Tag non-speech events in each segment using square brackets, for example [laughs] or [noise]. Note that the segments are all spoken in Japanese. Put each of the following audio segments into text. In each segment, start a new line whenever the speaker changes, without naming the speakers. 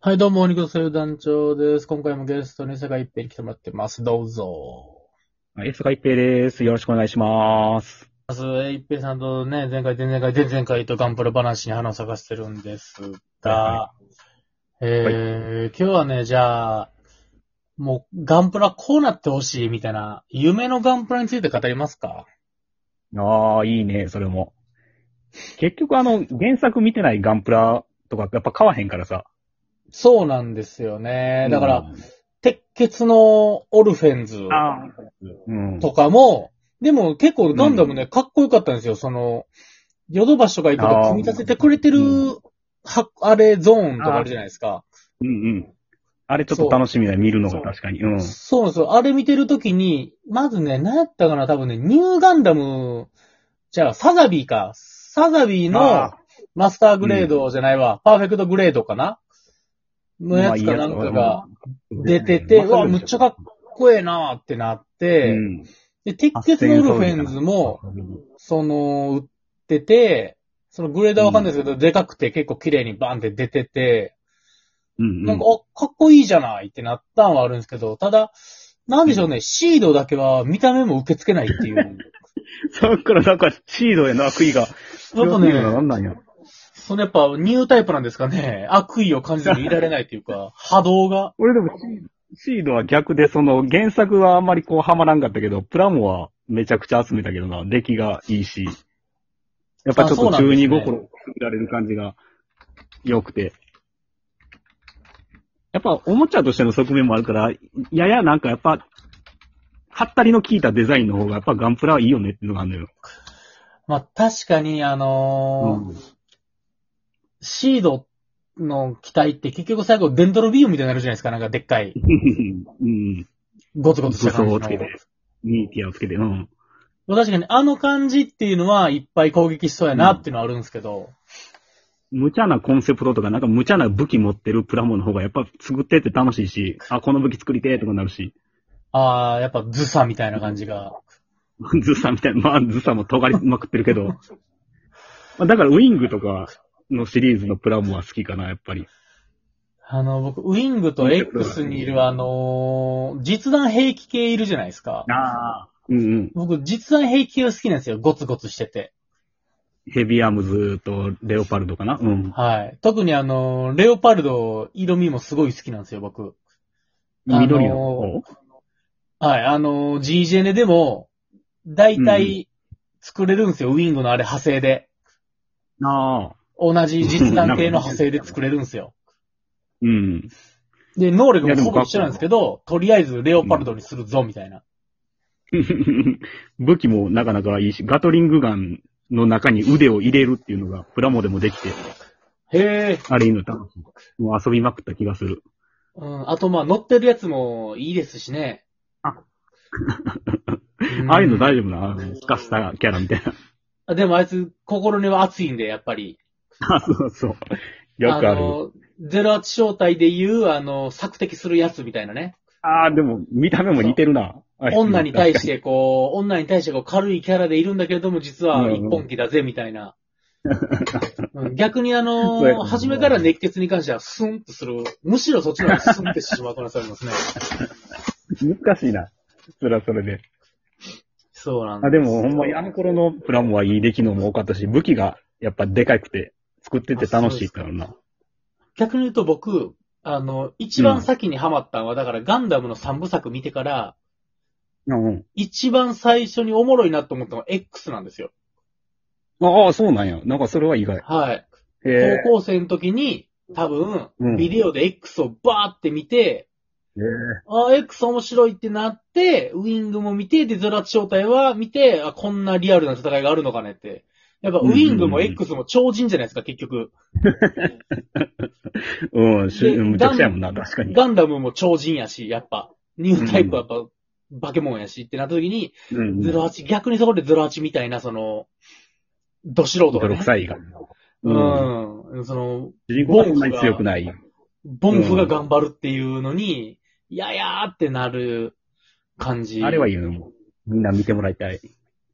はい、どうも、お肉のう団長です。今回もゲストに世界一平に来てもらってます。どうぞ。
はい、坂一平です。よろしくお願いします。
まず、え一平さんとね、前回、前々回、前々回とガンプラ話に花を咲かせてるんですが
は、
えー、今日はね、じゃあ、もう、ガンプラこうなってほしいみたいな、夢のガンプラについて語りますか
ああ、いいね、それも。結局あの、原作見てないガンプラとかやっぱ買わへんからさ。
そうなんですよね。だから、
うん、
鉄血のオルフェンズ
ああ、うん。
とかも、でも結構ガンダムね、かっこよかったんですよ。その、ヨドバシとか行くと
あー
組み立ててくれてる
う、
は、あれ、ゾーンとかあるじゃないですか。
うんうん。あれちょっと楽しみだ、見るのが確かに。うん。
そうなんですよ。あれ見てるときに、まずね、何やったかな多分ね、ニューガンダム、じゃあ、サザビーか。サザビーの
あ
マスターグレードじゃないわ。パーフェクトグレードかなのやつかなんかが出てて、うわ、むっちゃかっこええなーってなっ
いい
て、
やつうん
で、鉄血のオルフェンズも、その、売ってて、そのグレードはわかんないですけど、でかくて結構綺麗にバンって出てて、
うんう
なん
ん [laughs]
か、。あ、かっこいいじゃないってなったんはあるんですけど、ただ、なんでしょうね、シードだけは見た目も受け [laughs] 付けないっていう。
そっからなんか、シードへの悪意が。
ちょっと
強すぎるの
ね、
なんなんや。
そのやっぱニュータイプなんですかね、 [laughs] 悪意を感じていられないというか、波動が。
俺でもシー、シードは逆で、その、原作はあんまりこう、ハマらんかったけど、プラモはめちゃくちゃ集めたけどな、出来がいいし、やっぱちょっ
あそう
と
なんで
中
すね
二心をくすぐられる感じが良くて。やっぱ、おもちゃとしての側面もあるから、ややなんかやっぱ、はったりの効いたデザインの方が、やっぱガンプラはいいよねっていうのがあるのよ。
まあ確かに、あのー
うん
シードの機体って結局最後デンドロビームみたいになるじゃないですか、なんかでっかい、
うん。
ゴツゴツした感じの。
武装をつけて、ミーティアをつけて、うん。
確かに、あの感じっていうのは、いっぱい攻撃しそうやなっていうのはあるんですけど、
無茶なコンセプトとか、なんか無茶な武器持ってるプラモの方がやっぱ作ってて楽しいし、あ、この武器作りてーとかなるし、 [laughs]
ああ、やっぱズサみたいな感じが。
ズサみたいな、まあズサも尖りまくってる
[laughs]
けど、まあだからウィングとかのシリーズのプラモは好きかな、やっぱり。
あの、僕、ウィングと X にいる、あのー実弾兵器系いるじゃないですか。
ああ。うんうん。
僕、実弾兵器系が好きなんですよ。ゴツゴツしてて。
ヘビーアームズとレオパルドかなうん。
はい。特にあのーレオパルド、色味もすごい好きなんですよ、僕。あのー
緑の方
はい。あのー、GGN でも、大体、作れるんですよ、ウィングのあれ、派生で。
ああ。
同じ実弾系の派生で作れるんですよ。
うん。 [laughs]
で、能力もほぼ一緒なんですけど、とりあえずレオパルドにするぞ、みたいな。
武器もなかなかいいし、ガトリングガンの中に腕を入れるっていうのがプラモでもできて、
へえ。
あれいいの楽しい。もう遊びまくった気がする。
うん、あと、まあ、乗ってるやつもいいですしね。
あ
うん
ああいうの大丈夫な、あの、スカスタキャラみ
[laughs]
たいな。
あでもあいつ、心根は熱いんで、やっぱり。
あ、そうそう。よくあ
あ
る。
の、08正体で言う、あの、索敵するやつみたいなね。
ああ、でも、見た目も似てるな。あ
女に対し。てこう、女に対してこう軽いキャラでいるんだけれども、実は一本気だぜ、みたい
[laughs]
な。うん逆にあの
そうや
ー、初めから熱血に関してはスンとする。むしろそっちの方がスンってしまう可能性ありますね。
[laughs] 難しいな。それはそれで。
そうなん
あ
だ。
でも、ほんまにあの頃のプラモはいい出来のも多かったし、武器がやっぱでかくて、作ってて楽しいからな。
逆に言うと僕、あの、一番先にハマったのは、だからガンダムの三部作見てから、
うん。
一番最初におもろいなと思ったのは X なんですよ。
ああ、そうなんや。なんかそれは意外。
はい。
へえ。
高校生の時に、多分
う、ん
ビデオで X をバーって見て、
へえ
あ、X 面白いってなって、ウィングも見て、で、ゾラッチ正体は見て、あ、こんなリアルな戦いがあるのかねって。やっぱ、ウィングも
うんうんうん
X も超人じゃないですか、結局。
うん、し
で
うんむちゃくちゃやもんな、確かに。
ガンダムも超人やし、やっぱ。ニュータイプはやっぱ、化け物やしってなった時に、
うん。
ゼロ八逆にそこでゼロ八みたいな、その、ど素人が、
泥
ね。
臭いが。
う
うん。
ん。その、
人口はそんなに強くない。
ボンフが頑張るっていうのに、いややーってなる感じ。
あれはいいのよ。みんな見てもらいたい。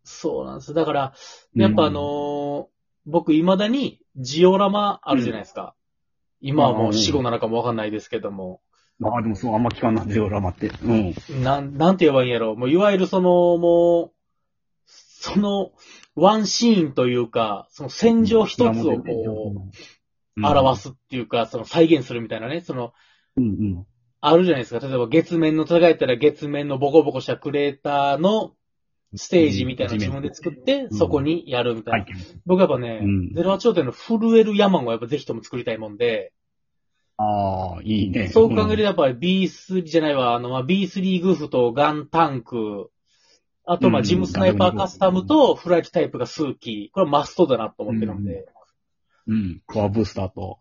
そうなんです。だから、やっぱあのー僕未だにジオラマあるじゃないですか。今はもう死後なのかもわかんないですけども、
まあでもそう、あんま聞かんな、ジオラマって。うん。
なん、なんて言えばいいんやろ。もういわゆるその、もう、その、ワンシーンというか、その戦場一つをこう、表
す。
すっていうか、その再現するみたいなね、その、
うんうん。
あるじゃないですか。例えば月面の戦いやったら月面のボコボコしたクレーターのステージみたいなのを自分で作って、
うん
そこにやるみたいな。
背景。
僕やっぱね、
うん
ゼロ八頂点の震える山をやっぱぜひとも作りたいもんで、
ああ、いいね。
そう考えると
と、
やっぱり B3 じゃないわ、あの、まあ、B3 グーフとガンタンク、あとま
う
あ
ん
ジムスナイパーカスタムとフライトタイプが数機、これはマストだなと思ってるんで、
うん。コアブースターと、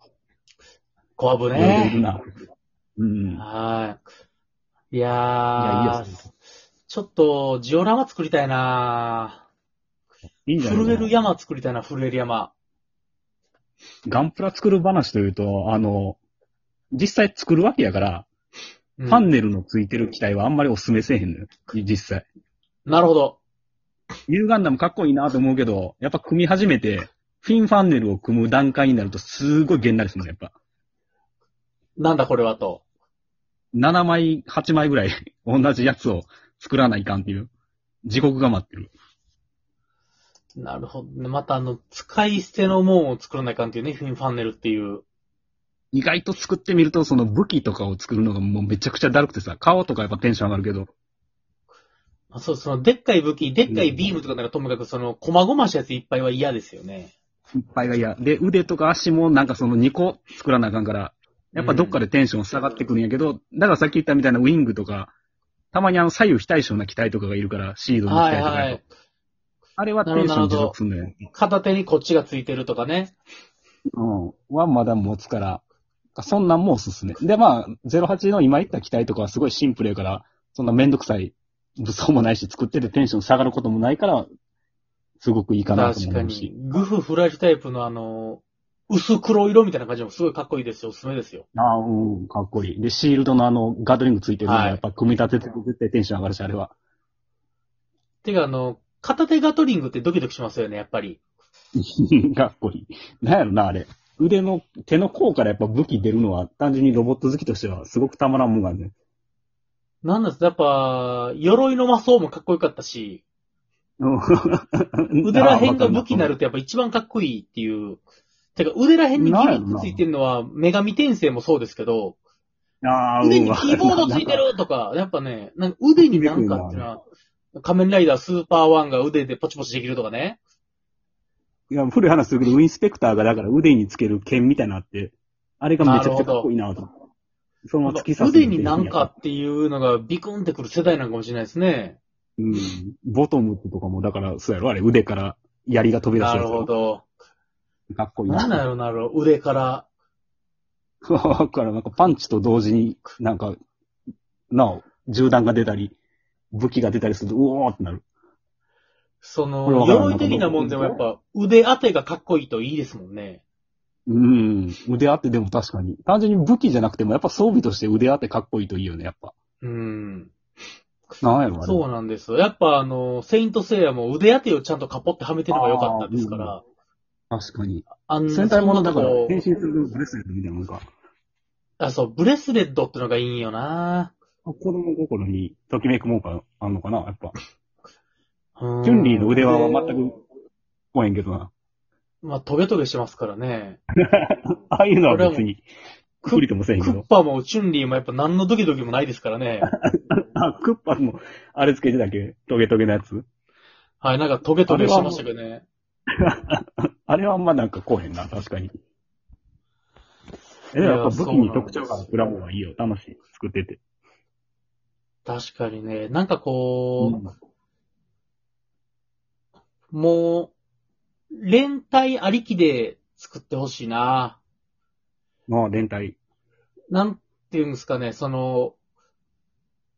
コアブ
いろいろいる
ね。
な。うん。
はい。い
いやいい
や
や
ー
つ、
ちょっとジオラマ作りたいない
いんじゃない
震える。山作りたいな、震える山。
ガンプラ作る話というと、あの、実際作るわけやから、
うん
パンネルのついてる機体はあんまりお勧めせえへんのよ。実際。
なるほど。
ニューガンダムかっこいいなと思うけど、やっぱ組み始めて、フィンファンネルを組む段階になるとすごいげんなりするの、やっぱ。
なんだこれはと。
7枚、8枚ぐらい [laughs] 同じやつを作らないかんっていう、地獄が待ってる。
なるほどね。またあの、使い捨てのもんを作らないかんっていうね、フィンファンネルっていう。
意外と作ってみると、その武器とかを作るのがもうめちゃくちゃだるくてさ、顔とかやっぱテンション上がるけど、
あそう、その、でっかい武器、でっか
う
い
ん
ビームとかならともかく、その、細々したやついっぱいは嫌ですよね。
いっぱいが嫌。で、腕とか足もなんかその2個作らなあかんから、やっぱどっかでテンション下がってくるんやけど、だからさっき言ったみたいなウィングとか、たまにあの左右非対称な機体とかがいるから、シードの機
はい
体とかや
は
と、
い。
あれはテンション持続すんのよ。
片手にこっちがついてるとかね。
うん。はまだ持つから、そんなんもおすすめ。で、まあ、08の今言った機体とかはすごいシンプルやから、そんなめんどくさい武装もないし、作っててテンション下がることもないから、すごくいいかなと
確
思
か
う
に
し。。
グフフライトタイプのあの、薄黒色みたいな感じもすごいかっこいいですよ。おすすめですよ。
ああ、うん、かっこいい。で、シールドのあの、ガードリングついてるの
は
が、
い
やっぱ組み立てて絶対テンション上がるし、あれは。 [laughs]
てかあの、片手ガトリングってドキドキしますよね、やっぱり。
かっこいい。なんやろな、あれ。腕の、手の甲からやっぱ武器出るのは、単純にロボット好きとしては、すごくたまらんもんが
[laughs]
ね。
なんだっすやっぱ、鎧の魔装もかっこよかったし、
うん
腕ら辺が武器になるとやっぱ一番かっこいいっていう。てか、腕ら辺にギミックついてるのは、女神転生もそうですけど、
ああ、
腕
うん
にキーボードついてるとか、やっぱね、なんか腕になんかっていうのは、仮面ライダースーパーワンが腕でポチポチできるとかね。
いや、古い話するけど、ウィンスペクターがだから腕につける剣みたいなのあって、あれがめちゃくちゃかっこいいなと。そのまま突き刺す。
腕になんか。っていうのがビクンってくる世代なのかもしれないですね。
うん。ボトムとかも、だから、そうやろあれ、腕から槍が飛び出
な
すやつ
るほど。
かっこいい
なんなんや
な。
ろなるほど。腕から。
だから、なんかパンチと同時に、なんか、なお、銃弾が出たり、武器が出たりすると、うおーってなる。
そ
これ
の、
わからん
鎧的なもんでもやっぱ腕当てがかっこいいといいですもんね。
うん。腕当てでも確かに。単純に武器じゃなくても、やっぱ装備として腕当てかっこいいといいよね、やっぱ。
うん。
なんやろあれ。
そうなんですよ。やっぱあの、セイントセイヤも腕当てをちゃんとカポってはめてるのが良かったですから。
確かに。
あん
戦隊ものだから
そんなとこ、
変身するブレスレットみたいなもんか。
あ、そう、ブレスレットってのがいいんよな
子供心にときめくもんかあんのかなやっぱ。
チュ
チュンリーの腕輪は全く。怖いんけどな。
まあ、トゲトゲしてますからね。
ああいうのは別に、くっりともせんけ
クッ
ど。
パもチュンリーもやっぱ何のドキドキもないですから
[laughs]
ね。
あ、クッパも、あれつけてたっけトゲトゲのやつ
はい、なんかトゲトゲしてましたけどね。
あれはあんまなんかこうへんな、確かに。え、
いや
やっぱ武器に特徴があるプラモはいいよ。楽しい。作ってて。
確かにね。なんか
う
こ
ん
う、もう、連帯ありきで作ってほしいな
まあ、連帯。
なんていうんですかね、その、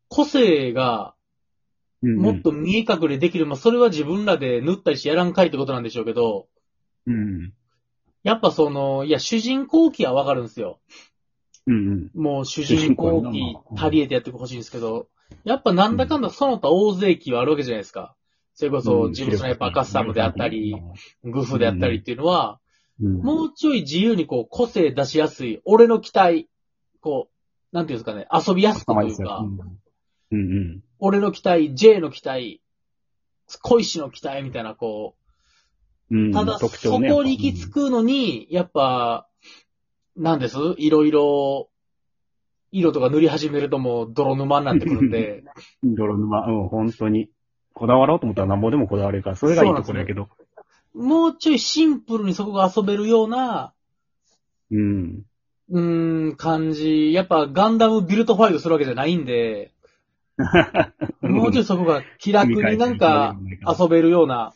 個性が
うん
もっ。と見え隠れできる。まあ、それは自分らで塗ったりしてやらんかいってことなんでしょうけど、
うん。
やっぱその、いや、主人公機はわかるんですよ。
うんうん。
もう主人公
主人
機
公、な
足りえてやってほしいんですけど、やっぱなんだかんだその他大勢機はあるわけじゃないですか。それこそ、ジムスナイパーカスタムであったり、グフであったりっていうのは、
うん
もうちょい自由にこう、個性出しやすい、俺の期待、こう、なんていうんですかね、遊びやすくというか、
うんうん。
俺の期待、J の期待、恋しの期待みたいな、こ
うん
う、ただ、そ
特徴ね
こに行き着くのに、やっぱ、なんですいろいろ、色とか塗り始めるともう泥沼になってくるん
[laughs]
で、
泥沼、うん、本当に。こだわろうと思ったらなんぼでもこだわれるから、それがいいところやけど。
もうちょいシンプルにそこが遊べるような、
うん。
うーん、感じ。やっぱガンダムビルトファイルするわけじゃないん
[laughs]
で、もうちょいそこが気楽になんか遊べるような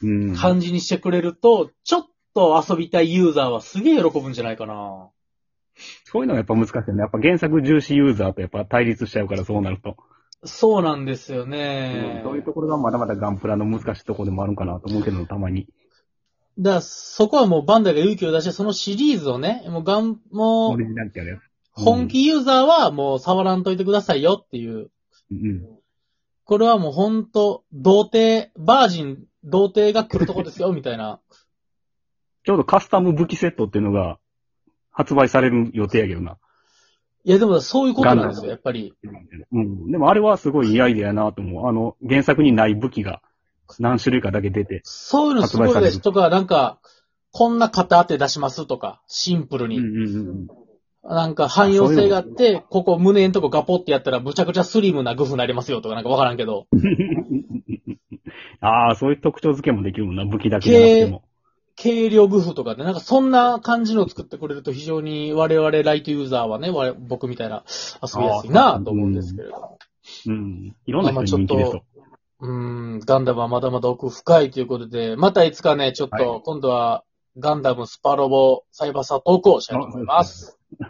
うん。
感じにしてくれると、ちょっと遊びたいユーザーはすげえ喜ぶんじゃないかな。
そういうのがやっぱ難しいよね。やっぱ原作重視ユーザーとやっぱ対立しちゃうから、そうなると。
そうなんですよ
うん
ね。
そういうところがまだまだガンプラの難しいところでもあるんかなと思うけど、たまに。
だからそこはもうバンダイが勇気を出して、そのシリーズをね、もうガン、も
オ
う
リジナリティあるよ。
本気ユーザーはもう触らんといてくださいよっていう
うん。
これはもうほんと、童貞、バージン、童貞が来るとこですよ、みたいな。
ちょうどカスタム武器セットっていうのが発売される予定やけどな。
いや、でもそういうことなんです
ガンダ
よ、
ム
やっぱり。
うん。でもあれはすごいいいアイデアやなと思う。あの、原作にない武器が何種類かだけ出て。
そういうのすごいですとか、なんか、こんな片手出しますとか、シンプルに。
うんうん。
なんか汎用性があって、ここ胸んとこガポってやったら、むちゃくちゃスリムなグフになりますよとか、なんかわからんけど。
ああ、そういう特徴付けもできるもんな、武器だけじゃなくても。
軽量グフとかで、なんかそんな感じのを作ってくれると非常に我々ライトユーザーはね、我々僕みたいな遊びやすいなぁと思うんですけれども。
うん。いろんな人に人気ですと。
うーん、ガンダムはまだまだ奥深いということで、またいつかね、ちょっ
は
と、今度はガンダムスパロボサイバーサートークをしたいと思います。